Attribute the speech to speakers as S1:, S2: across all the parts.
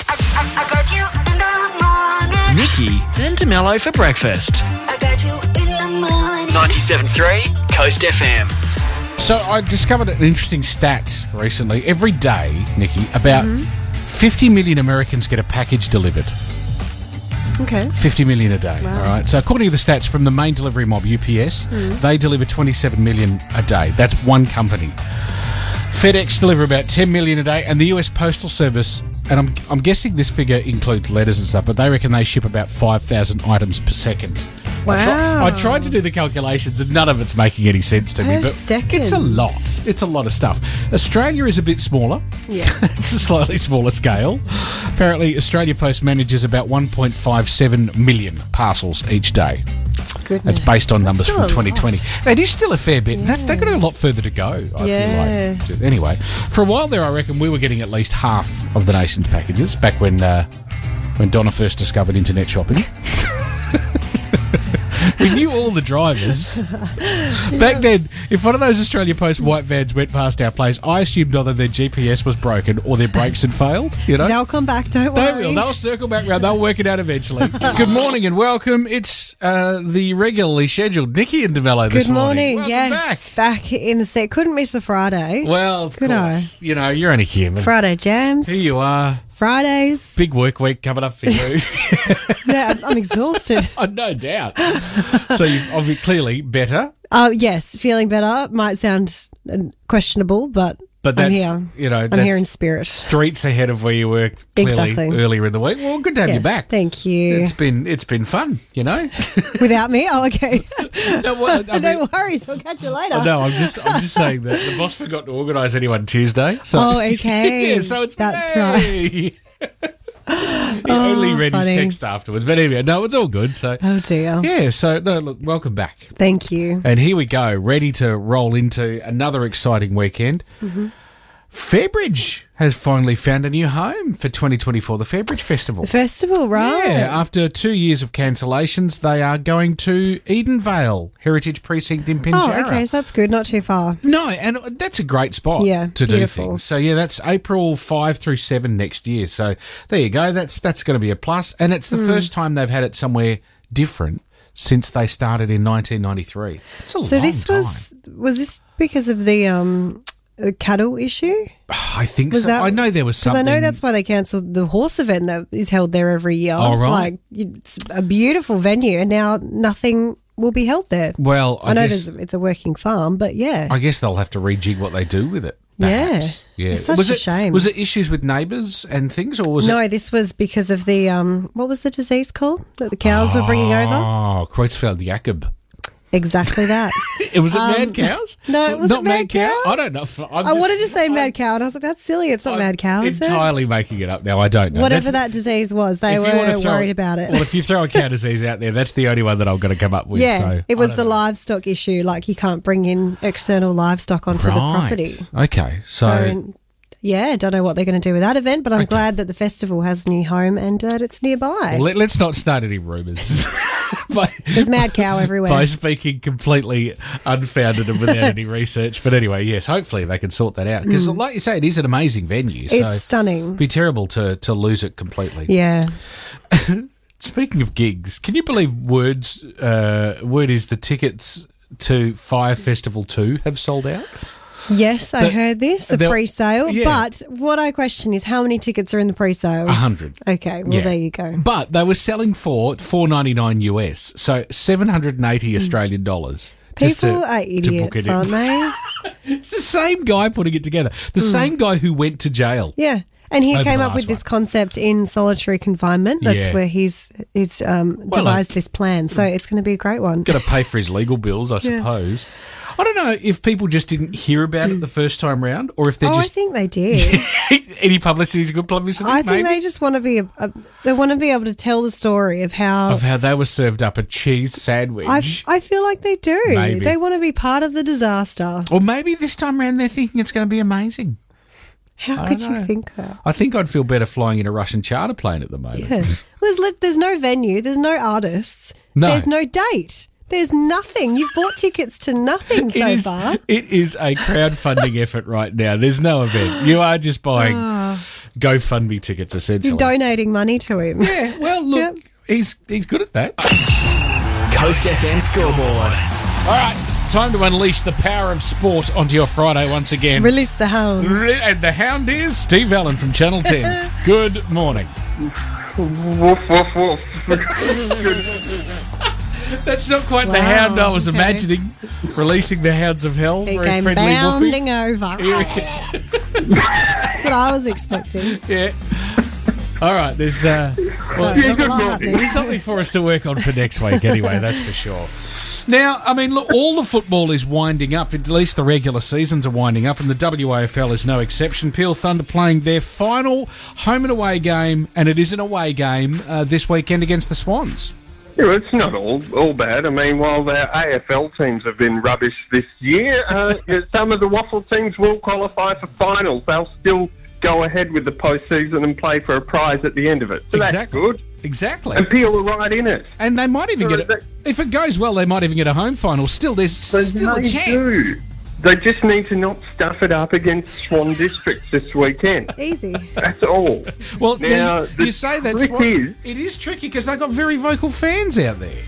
S1: I got you in the morning.
S2: Nikki and DeMello for breakfast.
S1: I got you in the morning.
S2: 97.3 Coast FM.
S3: So I discovered an interesting stat recently. Every day, Nikki, about 50 million Americans get a package delivered.
S4: Okay.
S3: 50 million a day. All right. So according to the stats from the main delivery mob, UPS, they deliver 27 million a day. That's one company. FedEx deliver about 10 million a day, and the US Postal Service, and I'm, I'm guessing this figure includes letters and stuff, but they reckon they ship about 5,000 items per second. I, tri-
S4: Wow.
S3: I tried to do the calculations, and none of it's making any sense to me.
S4: Per
S3: But
S4: second.
S3: it's a lot. It's a lot of stuff. Australia is a bit smaller.
S4: Yeah.
S3: it's a slightly smaller scale. Apparently, Australia Post manages about 1.57 million parcels each day.
S4: Goodness.
S3: That's based on numbers
S4: still
S3: from
S4: a lot.
S3: 2020. That is still a fair bit. and That's, they've got a lot further to go, I
S4: Yeah.
S3: feel like. Anyway, for a while there, I reckon we were getting at least half of the nation's packages back when, uh, when Donna first discovered internet shopping. we knew all the drivers. Back then, if one of those Australia Post white vans went past our place, I assumed either their GPS was broken or their brakes had failed, you know?
S4: They'll come back, don't
S3: They
S4: worry.
S3: will. They'll circle back round. They'll work it out eventually. Good morning and welcome. It's uh, the regularly scheduled Nikki and DeMello this
S4: Good morning.
S3: Welcome
S4: yes. Back. in the set. Couldn't miss the Friday.
S3: back. Well, of
S4: Good
S3: course. You know, you're only human.
S4: Friday jams.
S3: Here you are.
S4: Fridays.
S3: Big work week coming up for you.
S4: yeah, I'm- I'm exhausted.
S3: oh, no doubt. So you're obviously clearly better,
S4: Uh, yes, feeling better might sound uh, questionable, but,
S3: but that's,
S4: I'm here.
S3: you know,
S4: I'm
S3: that's
S4: here in spirit.
S3: streets ahead of where you were clearly
S4: Exactly.
S3: earlier in the week. Well, good to have you
S4: Yes,
S3: back.
S4: Thank you.
S3: It's been it's been fun, you know.
S4: Without me? Oh, okay.
S3: no, well, I mean- oh,
S4: no worries. I'll catch you later.
S3: No, I'm just I'm just saying that the boss forgot to organise anyone Tuesday. So
S4: Oh, okay.
S3: yeah, so it's
S4: That's
S3: me.
S4: right. Oh,
S3: he only read
S4: funny.
S3: his text afterwards, but anyway, no, it's all good. So
S4: Oh dear.
S3: yeah, so no, look, welcome back,
S4: Thank you.
S3: and here we go, ready to roll into another exciting weekend.
S4: Mm-hmm.
S3: Fairbridge has finally found a new home for 2024, the Fairbridge Festival.
S4: The festival, right?
S3: Yeah, after two years of cancellations, they are going to Eden Vale Heritage Precinct in
S4: oh,
S3: Pinjarra.
S4: okay. So that's good. Not too far.
S3: No, and that's a great spot
S4: Yeah,
S3: to
S4: beautiful.
S3: do things. So yeah, that's April 5 through 7 next year. So there you go. That's that's going to be a plus and it's the
S4: Hmm.
S3: first time they've had it somewhere different since they started in 1993. It's a
S4: So
S3: long
S4: this was was this because of the um the cattle issue?
S3: time. I think
S4: Was
S3: so.
S4: that-
S3: I know there was
S4: Because
S3: something
S4: I know that's why they cancelled the horse event that is held there every year.
S3: Oh, right.
S4: Like it's a beautiful venue, and now nothing will be held there.
S3: Well, I,
S4: I, know
S3: guess
S4: there's, it's a working farm, but yeah,
S3: I guess they'll have to rejig what they do with it.
S4: Yeah.
S3: perhaps. Yeah.
S4: It's such
S3: was
S4: a
S3: it,
S4: shame.
S3: Was it issues with neighbours and things or was
S4: no,
S3: it
S4: this was because of the um, what was the disease called that the cows were bringing over?
S3: Oh, Creutzfeldt Jakob.
S4: Exactly that.
S3: It was it mad cows?
S4: Um, no, it
S3: Not
S4: wasn't mad cow.
S3: I don't know. I'm
S4: I
S3: just-
S4: wanted to say mad cow, and I was like, that's silly. It's not
S3: I'm
S4: mad cow, is it?
S3: entirely making it up now. I don't know.
S4: Whatever
S3: That's-
S4: that disease was, they
S3: if
S4: were
S3: you wanna throw-
S4: worried about it.
S3: Well, if you throw a cow disease out there, that's the only one that I'm going to come up with.
S4: yeah,
S3: so
S4: it
S3: I
S4: was the
S3: don't know.
S4: livestock issue. Like you can't bring in external livestock onto the property.
S3: Right. Okay, so,
S4: So, yeah, don't know what they're going to do with that event, but I'm glad that the festival has a new home and that it's nearby.
S3: let, us not start any rumours by,
S4: There's mad cow everywhere.
S3: by speaking completely unfounded and without any research. But anyway, yes, hopefully they can sort that out because, like you say, it is an amazing venue. So
S4: Hmm. it's stunning.
S3: It'd be terrible to, to lose it completely.
S4: yeah.
S3: Speaking of gigs, can you believe words? Uh, word is the tickets to Fire Festival Two have sold out.
S4: Yes, I
S3: But
S4: heard this, the
S3: there-
S4: pre sale.
S3: yeah.
S4: But what I question is how many tickets are in the pre sale?
S3: A hundred.
S4: Okay, well,
S3: Uh-huh. Yeah.
S4: there you go.
S3: But they were selling for four ninety nine US, so seven hundred and eighty Australian dollars.
S4: Hmm. People
S3: just to,
S4: are
S3: to book
S4: idiots,
S3: it
S4: aren't
S3: in.
S4: they? Hmm.
S3: It's the same guy putting it together. The same guy who went to jail.
S4: Yeah. And he
S3: Over
S4: came
S3: the
S4: up with
S3: last
S4: this
S3: one.
S4: concept in solitary confinement. That's
S3: Yeah.
S4: where he's he's um,
S3: Well,
S4: devised this plan. So it's going to be a great one.
S3: Got to pay for his legal bills, I suppose. I don't know if people just didn't hear about it the first time round, or if they're
S4: Oh, I
S3: just
S4: think they did.
S3: any publicity is good publicity.
S4: I
S3: maybe?
S4: think they just want to be a, a, they want to be able to tell the story of how
S3: of how they were served up a cheese sandwich.
S4: I, f- I feel like they do.
S3: Maybe.
S4: They want to be part of the disaster.
S3: or maybe this time around they're thinking it's going to be amazing.
S4: How
S3: I
S4: could
S3: don't
S4: you
S3: know.
S4: think that?
S3: I think I'd feel better flying in a Russian charter plane at the moment.
S4: Yeah. There's lit there's no venue. There's no artists.
S3: No.
S4: There's no date. There's nothing. You've bought tickets to nothing so
S3: It is,
S4: far. Ah.
S3: it is a crowdfunding effort right now. There's no event. You are just buying GoFundMe tickets, essentially.
S4: You're donating money to him.
S3: yeah, well, look,
S4: Yep.
S3: he's he's good at that.
S2: Coast FM scoreboard.
S3: All right, time to unleash the power of sport onto your Friday once again.
S4: Release the hounds.
S3: Re- And the hound is Steve Allen from Channel 10. Good morning.
S5: Woof, woof, woof.
S3: That's not quite the
S4: Wow,
S3: hound I was
S4: okay.
S3: imagining. Releasing the hounds of hell.
S4: He
S3: very
S4: came
S3: friendly
S4: bounding over. That's what I was expecting.
S3: woofy. Yeah. All right, there's uh, well,
S4: Sorry,
S3: something-
S4: I'm all up
S3: there's
S4: next.
S3: something for us to work on for next week, anyway, that's for sure. Now, I mean, look, all the football is winding up, at least the regular seasons are winding up, and the WAFL is no exception. Peel Thunder playing their final home and away game, and it is an away game uh, this weekend against the Swans.
S5: Yeah, well, it's not all all bad. I mean, while their AFL teams have been rubbish this year, uh, some of the waffle teams will qualify for finals. They'll still go ahead with the postseason and play for a prize at the end of it. So that's
S3: exactly.
S5: good.
S3: Exactly.
S5: And Peel are right in it.
S3: And they might even
S5: Sure,
S3: get a, if it goes well, they might even get a home final. Still, there's
S5: But
S3: still a
S5: they
S3: chance.
S5: do. They just need to not stuff it up against Swan Districts this weekend.
S4: Easy.
S5: That's all.
S3: Well,
S5: Now,
S3: then
S5: the
S3: you say that's
S5: trick
S3: what,
S5: is-
S3: it is tricky because they've got very vocal fans out there.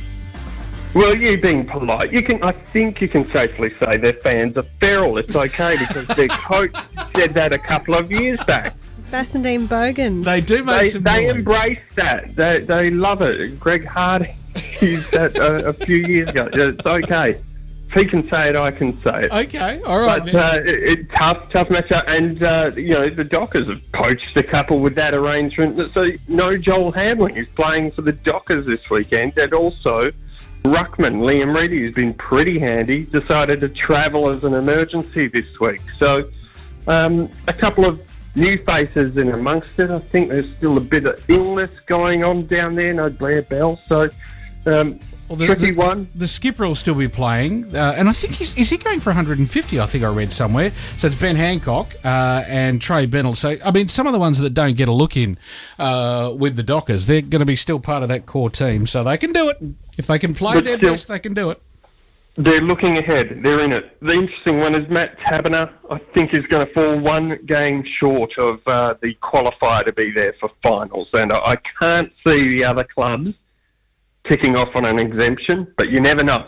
S5: Well, you being polite, you can. I think you can safely say their fans are feral. It's okay because their coach said that a couple of years back.
S4: Bassendean Bogans.
S3: They do make
S5: They,
S3: some
S5: they
S3: noise.
S5: embrace that. They they love it. Greg Hardy used that uh, a, a few years ago. It's okay. If he can say it, I can say it.
S3: Okay, all right.
S5: But
S3: then.
S5: uh, it, it, tough, tough matchup, and uh, you know the Dockers have poached a couple with that arrangement. So no Joel Hamlin is playing for the Dockers this weekend, and also Ruckman Liam Reedy has been pretty handy. Decided to travel as an emergency this week, so um, a couple of new faces in amongst it. I think there's still a bit of illness going on down there. No Blair Bell, so um,
S3: Well, the,
S5: tricky
S3: the-
S5: one.
S3: The skipper will still be playing, uh, and I think he's is he going for 150? I think I read somewhere. So it's Ben Hancock uh, and Trey Bennell. So I mean, some of the ones that don't get a look in uh, with the Dockers, they're going to be still part of that core team, so they can do it if they can play
S5: But
S3: their
S5: still-
S3: best. They can do it.
S5: They're looking ahead. They're in it. The interesting one is Matt Tabner. I think is going to fall one game short of uh, the qualifier to be there for finals, and I I can't see the other clubs ticking off on an exemption. But you never know.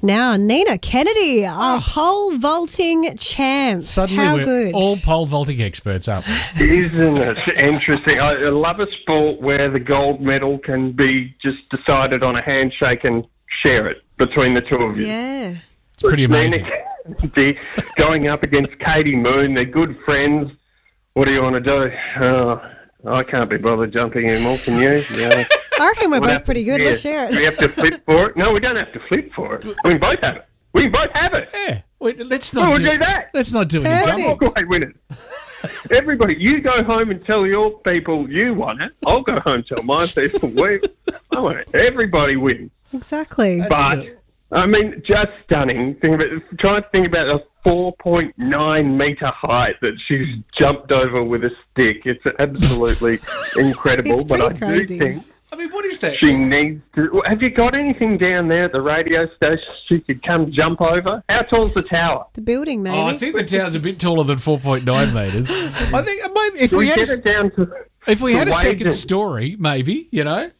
S4: Now, Nina Kennedy, our pole vaulting champ.
S3: Ah. Suddenly,
S4: How
S3: we're
S4: good.
S3: all pole vaulting experts, aren't we?
S5: Isn't it interesting? I I love a sport where the gold medal can be just decided on a handshake and share it between the two of you.
S4: yeah.
S3: It's pretty amazing.
S5: Nina Kennedy going up against Katie Moon. They're good friends. What do you want to do? Uh, I can't be bothered jumping in more can you? Yeah.
S4: I reckon we're
S5: What
S4: both
S5: happens
S4: pretty good.
S5: is
S4: Let's share
S5: We
S4: it.
S5: have to flip for it. No, we don't have to flip for it. We can both have it. We can both have it.
S3: Yeah, Wait, let's not
S5: Well, we'll do that.
S3: Let's not do any
S4: Perfect.
S3: jumping.
S5: Walk away winners. Everybody, you go home and tell your people you won it. I'll go home and tell my people we. I won it. Everybody wins.
S4: Exactly.
S5: But I mean, just stunning. Think about, try to think about a 4.9 meter height that she's jumped over with a stick. It's absolutely incredible.
S4: It's
S5: but I
S4: pretty crazy.
S5: do think
S3: I mean, what is that?
S5: she needs to. Have you got anything down there at the radio station she could come jump over? How tall's the tower?
S4: The building, maybe.
S3: Oh, I think the tower's a bit taller than 4.9 metres. I think uh, maybe if
S5: Do
S3: we,
S5: we
S3: had
S5: get
S3: a,
S5: it down to.
S3: if we
S5: to
S3: had a second
S5: Wagen?
S3: story, maybe you know.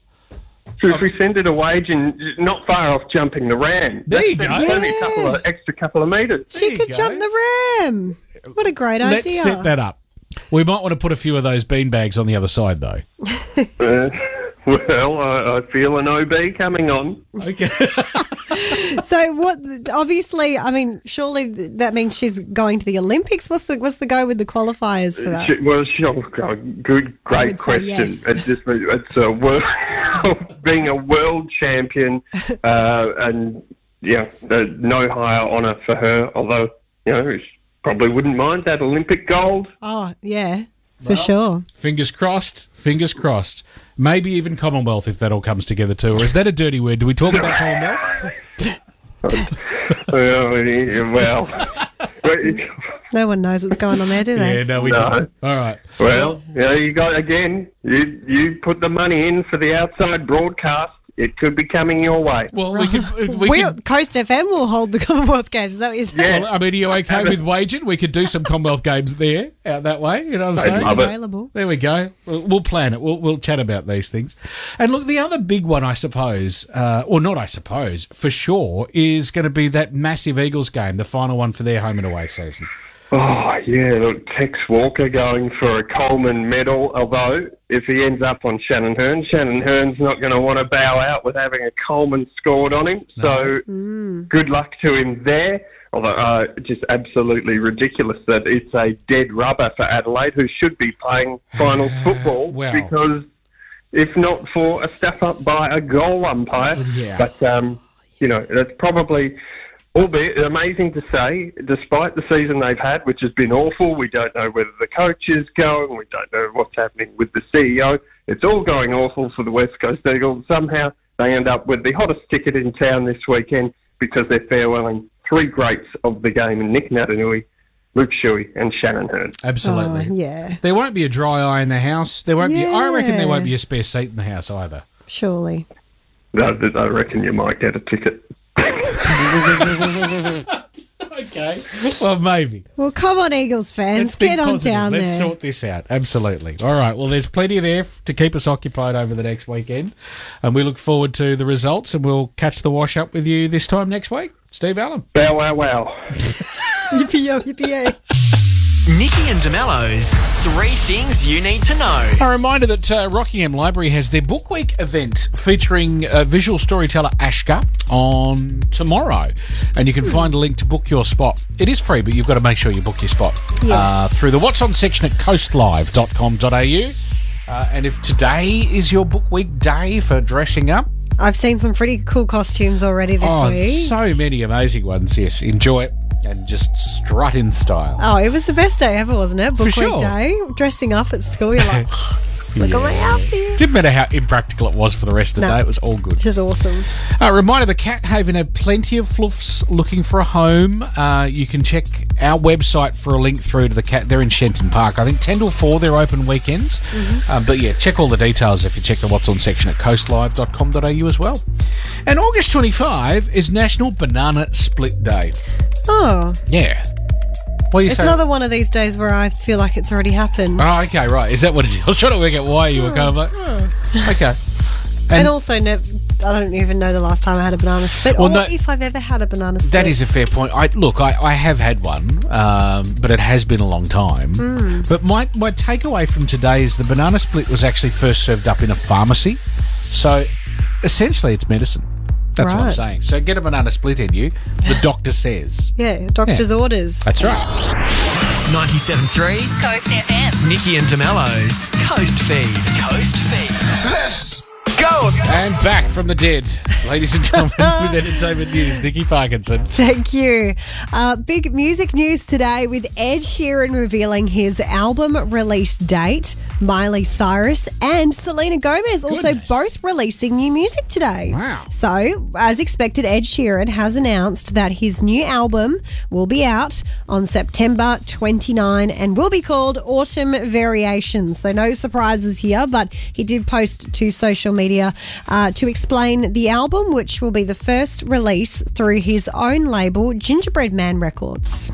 S5: So if we send it a wage and not far off jumping the ram.
S3: There you go.
S5: That's only a couple of extra couple of meters.
S3: There
S4: she
S3: you
S4: could
S3: go.
S4: jump the ram. What a great
S3: Let's
S4: idea.
S3: set that up. We might want to put a few of those beanbags on the other side, though.
S5: Uh, well, I, I feel an OB coming on.
S3: Okay.
S4: So what? Obviously, I mean, surely th- that means she's going to the Olympics. What's the what's the go with the qualifiers for that?
S5: She- well, she, oh, God, good,
S4: I
S5: great
S4: would say
S5: question.
S4: yes.
S5: It's just it's a world, being a world champion, uh, and yeah, uh, no higher honour for her. Although you know, she probably wouldn't mind that Olympic gold.
S4: Oh yeah, for sure.
S3: fingers crossed. Fingers crossed. Maybe even Commonwealth if that all comes together too. Or is that a dirty word? Do we talk about Commonwealth?
S5: Well, yeah, Uh, well,
S4: No one knows what's going on there, do they?
S3: Yeah, no, we
S5: No.
S3: don't. All right.
S5: well, yeah, you got again. You you put the money in for the outside broadcast. It could be coming your way.
S3: Well, we could. We
S4: We
S3: could
S4: Coast FM will hold the Commonwealth Games. Is that what you're saying?
S5: Yeah.
S3: well, I mean, are you okay with waging? We could do some Commonwealth games there, out that way. You know what I'm saying?
S5: love it.
S4: Available.
S3: There we go. We'll, we'll plan it. We'll, we'll chat about these things. And look, the other big one, I suppose, uh, or not, I suppose, for sure, is going to be that massive Eagles game, the final one for their home and away season.
S5: Oh, yeah, look, Tex Walker going for a Coleman medal, although if he ends up on Shannon Hearn, Shannon Hearn's not going to want to bow out with having a Coleman scored on him. So good luck to him there. Although uh, just absolutely ridiculous that it's a dead rubber for Adelaide, who should be playing finals football
S3: well.
S5: because if not for a step up by a goal umpire.
S3: Yeah.
S5: But, um, you know, that's probably, albeit amazing to say, despite the season they've had, which has been awful, we don't know whether the coach is going, we don't know what's happening with the CEO. It's all going awful for the West Coast Eagles. Somehow they end up with the hottest ticket in town this weekend because they're farewelling three greats of the game in Nick Natanui, Luke Shuey, and Shannon Hearn.
S3: Absolutely.
S4: Oh, yeah,
S3: There won't be a dry eye in the house. There won't be. I reckon
S4: Yeah.
S3: there won't be a spare seat in the house either.
S4: surely.
S5: I I reckon you might get a ticket.
S3: Okay. Well, maybe.
S4: Well, come on, Eagles fans,
S3: think
S4: get on
S3: positive.
S4: down
S3: Let's
S4: there.
S3: sort this out. Absolutely. All right. Well, there's plenty there f- to keep us occupied over the next weekend, and we look forward to the results. And we'll catch the wash up with you this time next week, Steve Allen.
S5: Bow wow wow.
S4: Yippee yo, yippee yo.
S2: Nikki and DeMello's Three Things You Need to Know.
S3: A reminder that uh, Rockingham Library has their Book Week event featuring uh, visual storyteller Ashka on tomorrow. And you
S4: Hmm.
S3: can find a link to book your spot. It is free, but you've got to make sure you book your spot uh,
S4: Yes.
S3: through the What's On section at coastlive.com.au. Uh, and if today is your Book Week day for dressing up,
S4: I've seen some pretty cool costumes already this
S3: oh,
S4: week.
S3: so many amazing ones. Yes, enjoy it and just strut in style.
S4: Oh, it was the best day ever, wasn't it? Book week
S3: sure.
S4: day. Dressing up at school, you're like, "Oh, look at my outfit.
S3: Didn't matter how impractical it was for the rest of the
S4: No.
S3: day, it was all good.
S4: Which is awesome.
S3: A reminder the Cat Haven have plenty of fluffs looking for a home. Uh, you can check our website for a link through to the Cat. They're in Shenton Park. I think 10 till 4, they're open weekends.
S4: Mm-hmm.
S3: Um, but yeah, check all the details if you check the What's On section at coastlive.com.au as well. And August 25 is National Banana Split Day.
S4: Oh,
S3: Yeah. What do you
S4: it's
S3: say?
S4: another one of these days where I feel like it's already happened.
S3: Oh, okay, right. Is that what it is? I was trying to work out why you were
S4: Hmm.
S3: kind of like, "Oh." okay.
S4: and, also, nev- I don't even know the last time I had a banana split
S3: Well,
S4: or
S3: no-
S4: if I've ever had a banana split.
S3: That is a fair point. I look, I, I have had one, um, but it has been a long time.
S4: Hmm.
S3: But my my takeaway from today is the banana split was actually first served up in a pharmacy, so essentially it's medicine. That's what I'm
S4: Right.
S3: saying. So get a banana split in you. The doctor says
S4: Yeah, doctor's
S3: Yeah.
S4: orders.
S3: that's right.
S2: 97.3
S6: Coast FM.
S2: Nikki and DeMello's Coast Feed. Coast Feed. Let's go.
S3: And back from the dead, ladies and gentlemen, with entertainment news, Nikki Parkinson.
S4: Thank you. Uh, big music news today with Ed Sheeran revealing his album release date, Miley Cyrus and Selena Gomez also
S3: Goodness.
S4: both releasing new music today.
S3: Wow.
S4: So, as expected, Ed Sheeran has announced that his new album will be out on September 29 and will be called Autumn Variations. So, no surprises here, but he did post to social media uh, to explain the album, which will be the first release through his own label, Gingerbread Man Records.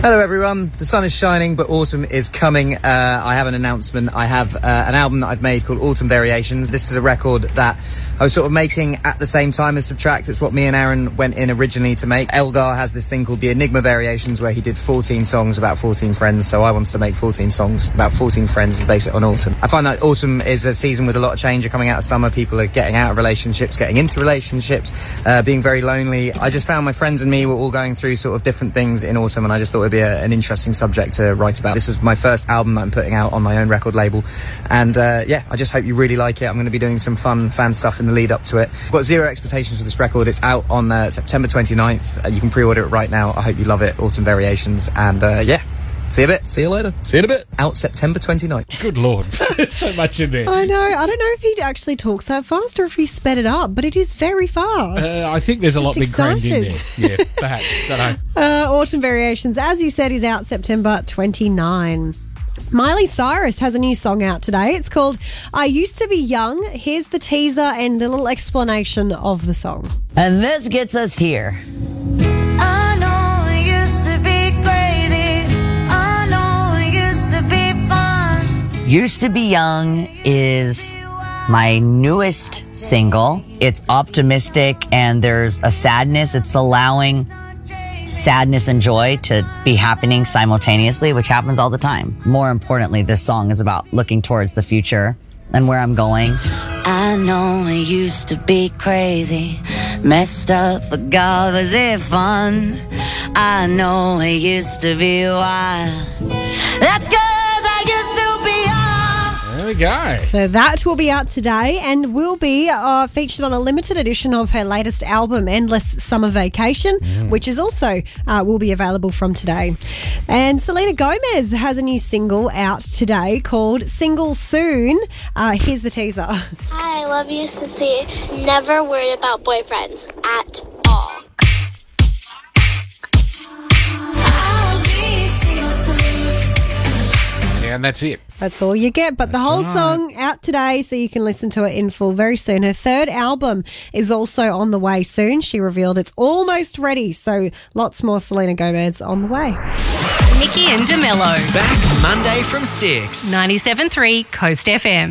S7: Hello, everyone. The sun is shining, but autumn is coming. Uh, I have an announcement. I have uh, an album that I've made called Autumn Variations. This is a record that I was sort of making at the same time as Subtract. It's what me and Aaron went in originally to make. Eldar has this thing called the Enigma Variations where he did 14 songs about 14 friends. So I wanted to make 14 songs about 14 friends and base it on autumn. I find that autumn is a season with a lot of change. You're coming out of summer. People are getting out of relationships, getting into relationships, uh, being very lonely. I just found my friends and me were all going through sort of different things in autumn, and I just thought it'd be a, an interesting subject to write about. This is my first album that I'm putting out on my own record label, and uh, yeah, I just hope you really like it. I'm going to be doing some fun fan stuff in the lead up to it. I've got zero expectations for this record. It's out on uh, September 29th. Uh, you can pre-order it right now. I hope you love it. Autumn Variations, and uh, yeah. See you a bit. See you later. See you in a bit. Out September 29th.
S3: Good lord, there's so much in there.
S4: I know. I don't know if he actually talks that fast or if he sped it up, but it is very fast.
S3: Uh, I think there's a
S4: Just
S3: lot being crammed in there.
S4: excited.
S3: Yeah, perhaps. Don't know.
S4: Uh, Autumn Variations, as you said, is out September 29. Miley Cyrus has a new song out today. It's called I Used to Be Young. Here's the teaser and the little explanation of the song.
S6: And this gets us here.
S1: I know it used to be crazy. I know it used to be fun.
S6: Used to Be Young is my newest single. It's optimistic and there's a sadness. It's allowing sadness and joy to be happening simultaneously, which happens all the time. More importantly, this song is about looking towards the future and where I'm going.
S1: I know it used to be crazy.
S6: Messed up, but God, was it fun? I know it used to be wild. That's good. I used to be young.
S3: There we go.
S4: So that will be out today and will be uh, featured on a limited edition of her latest album, Endless Summer Vacation, which is also uh, will be available from today. And Selena Gomez has a new single out today called "Single Soon." Uh, here's the teaser.
S8: I love you, Sissy. Never worried about boyfriends at all.
S1: I'll be single soon.
S3: Yeah, and that's it.
S4: That's all you get. But the whole song out today, so you can listen to it in full very soon. Her third album is also on the way soon. She revealed it's almost ready. So lots more Selena Gomez on the way.
S9: Nikki and DeMello.
S2: Back Monday from 6.
S9: 97.3 Coast FM.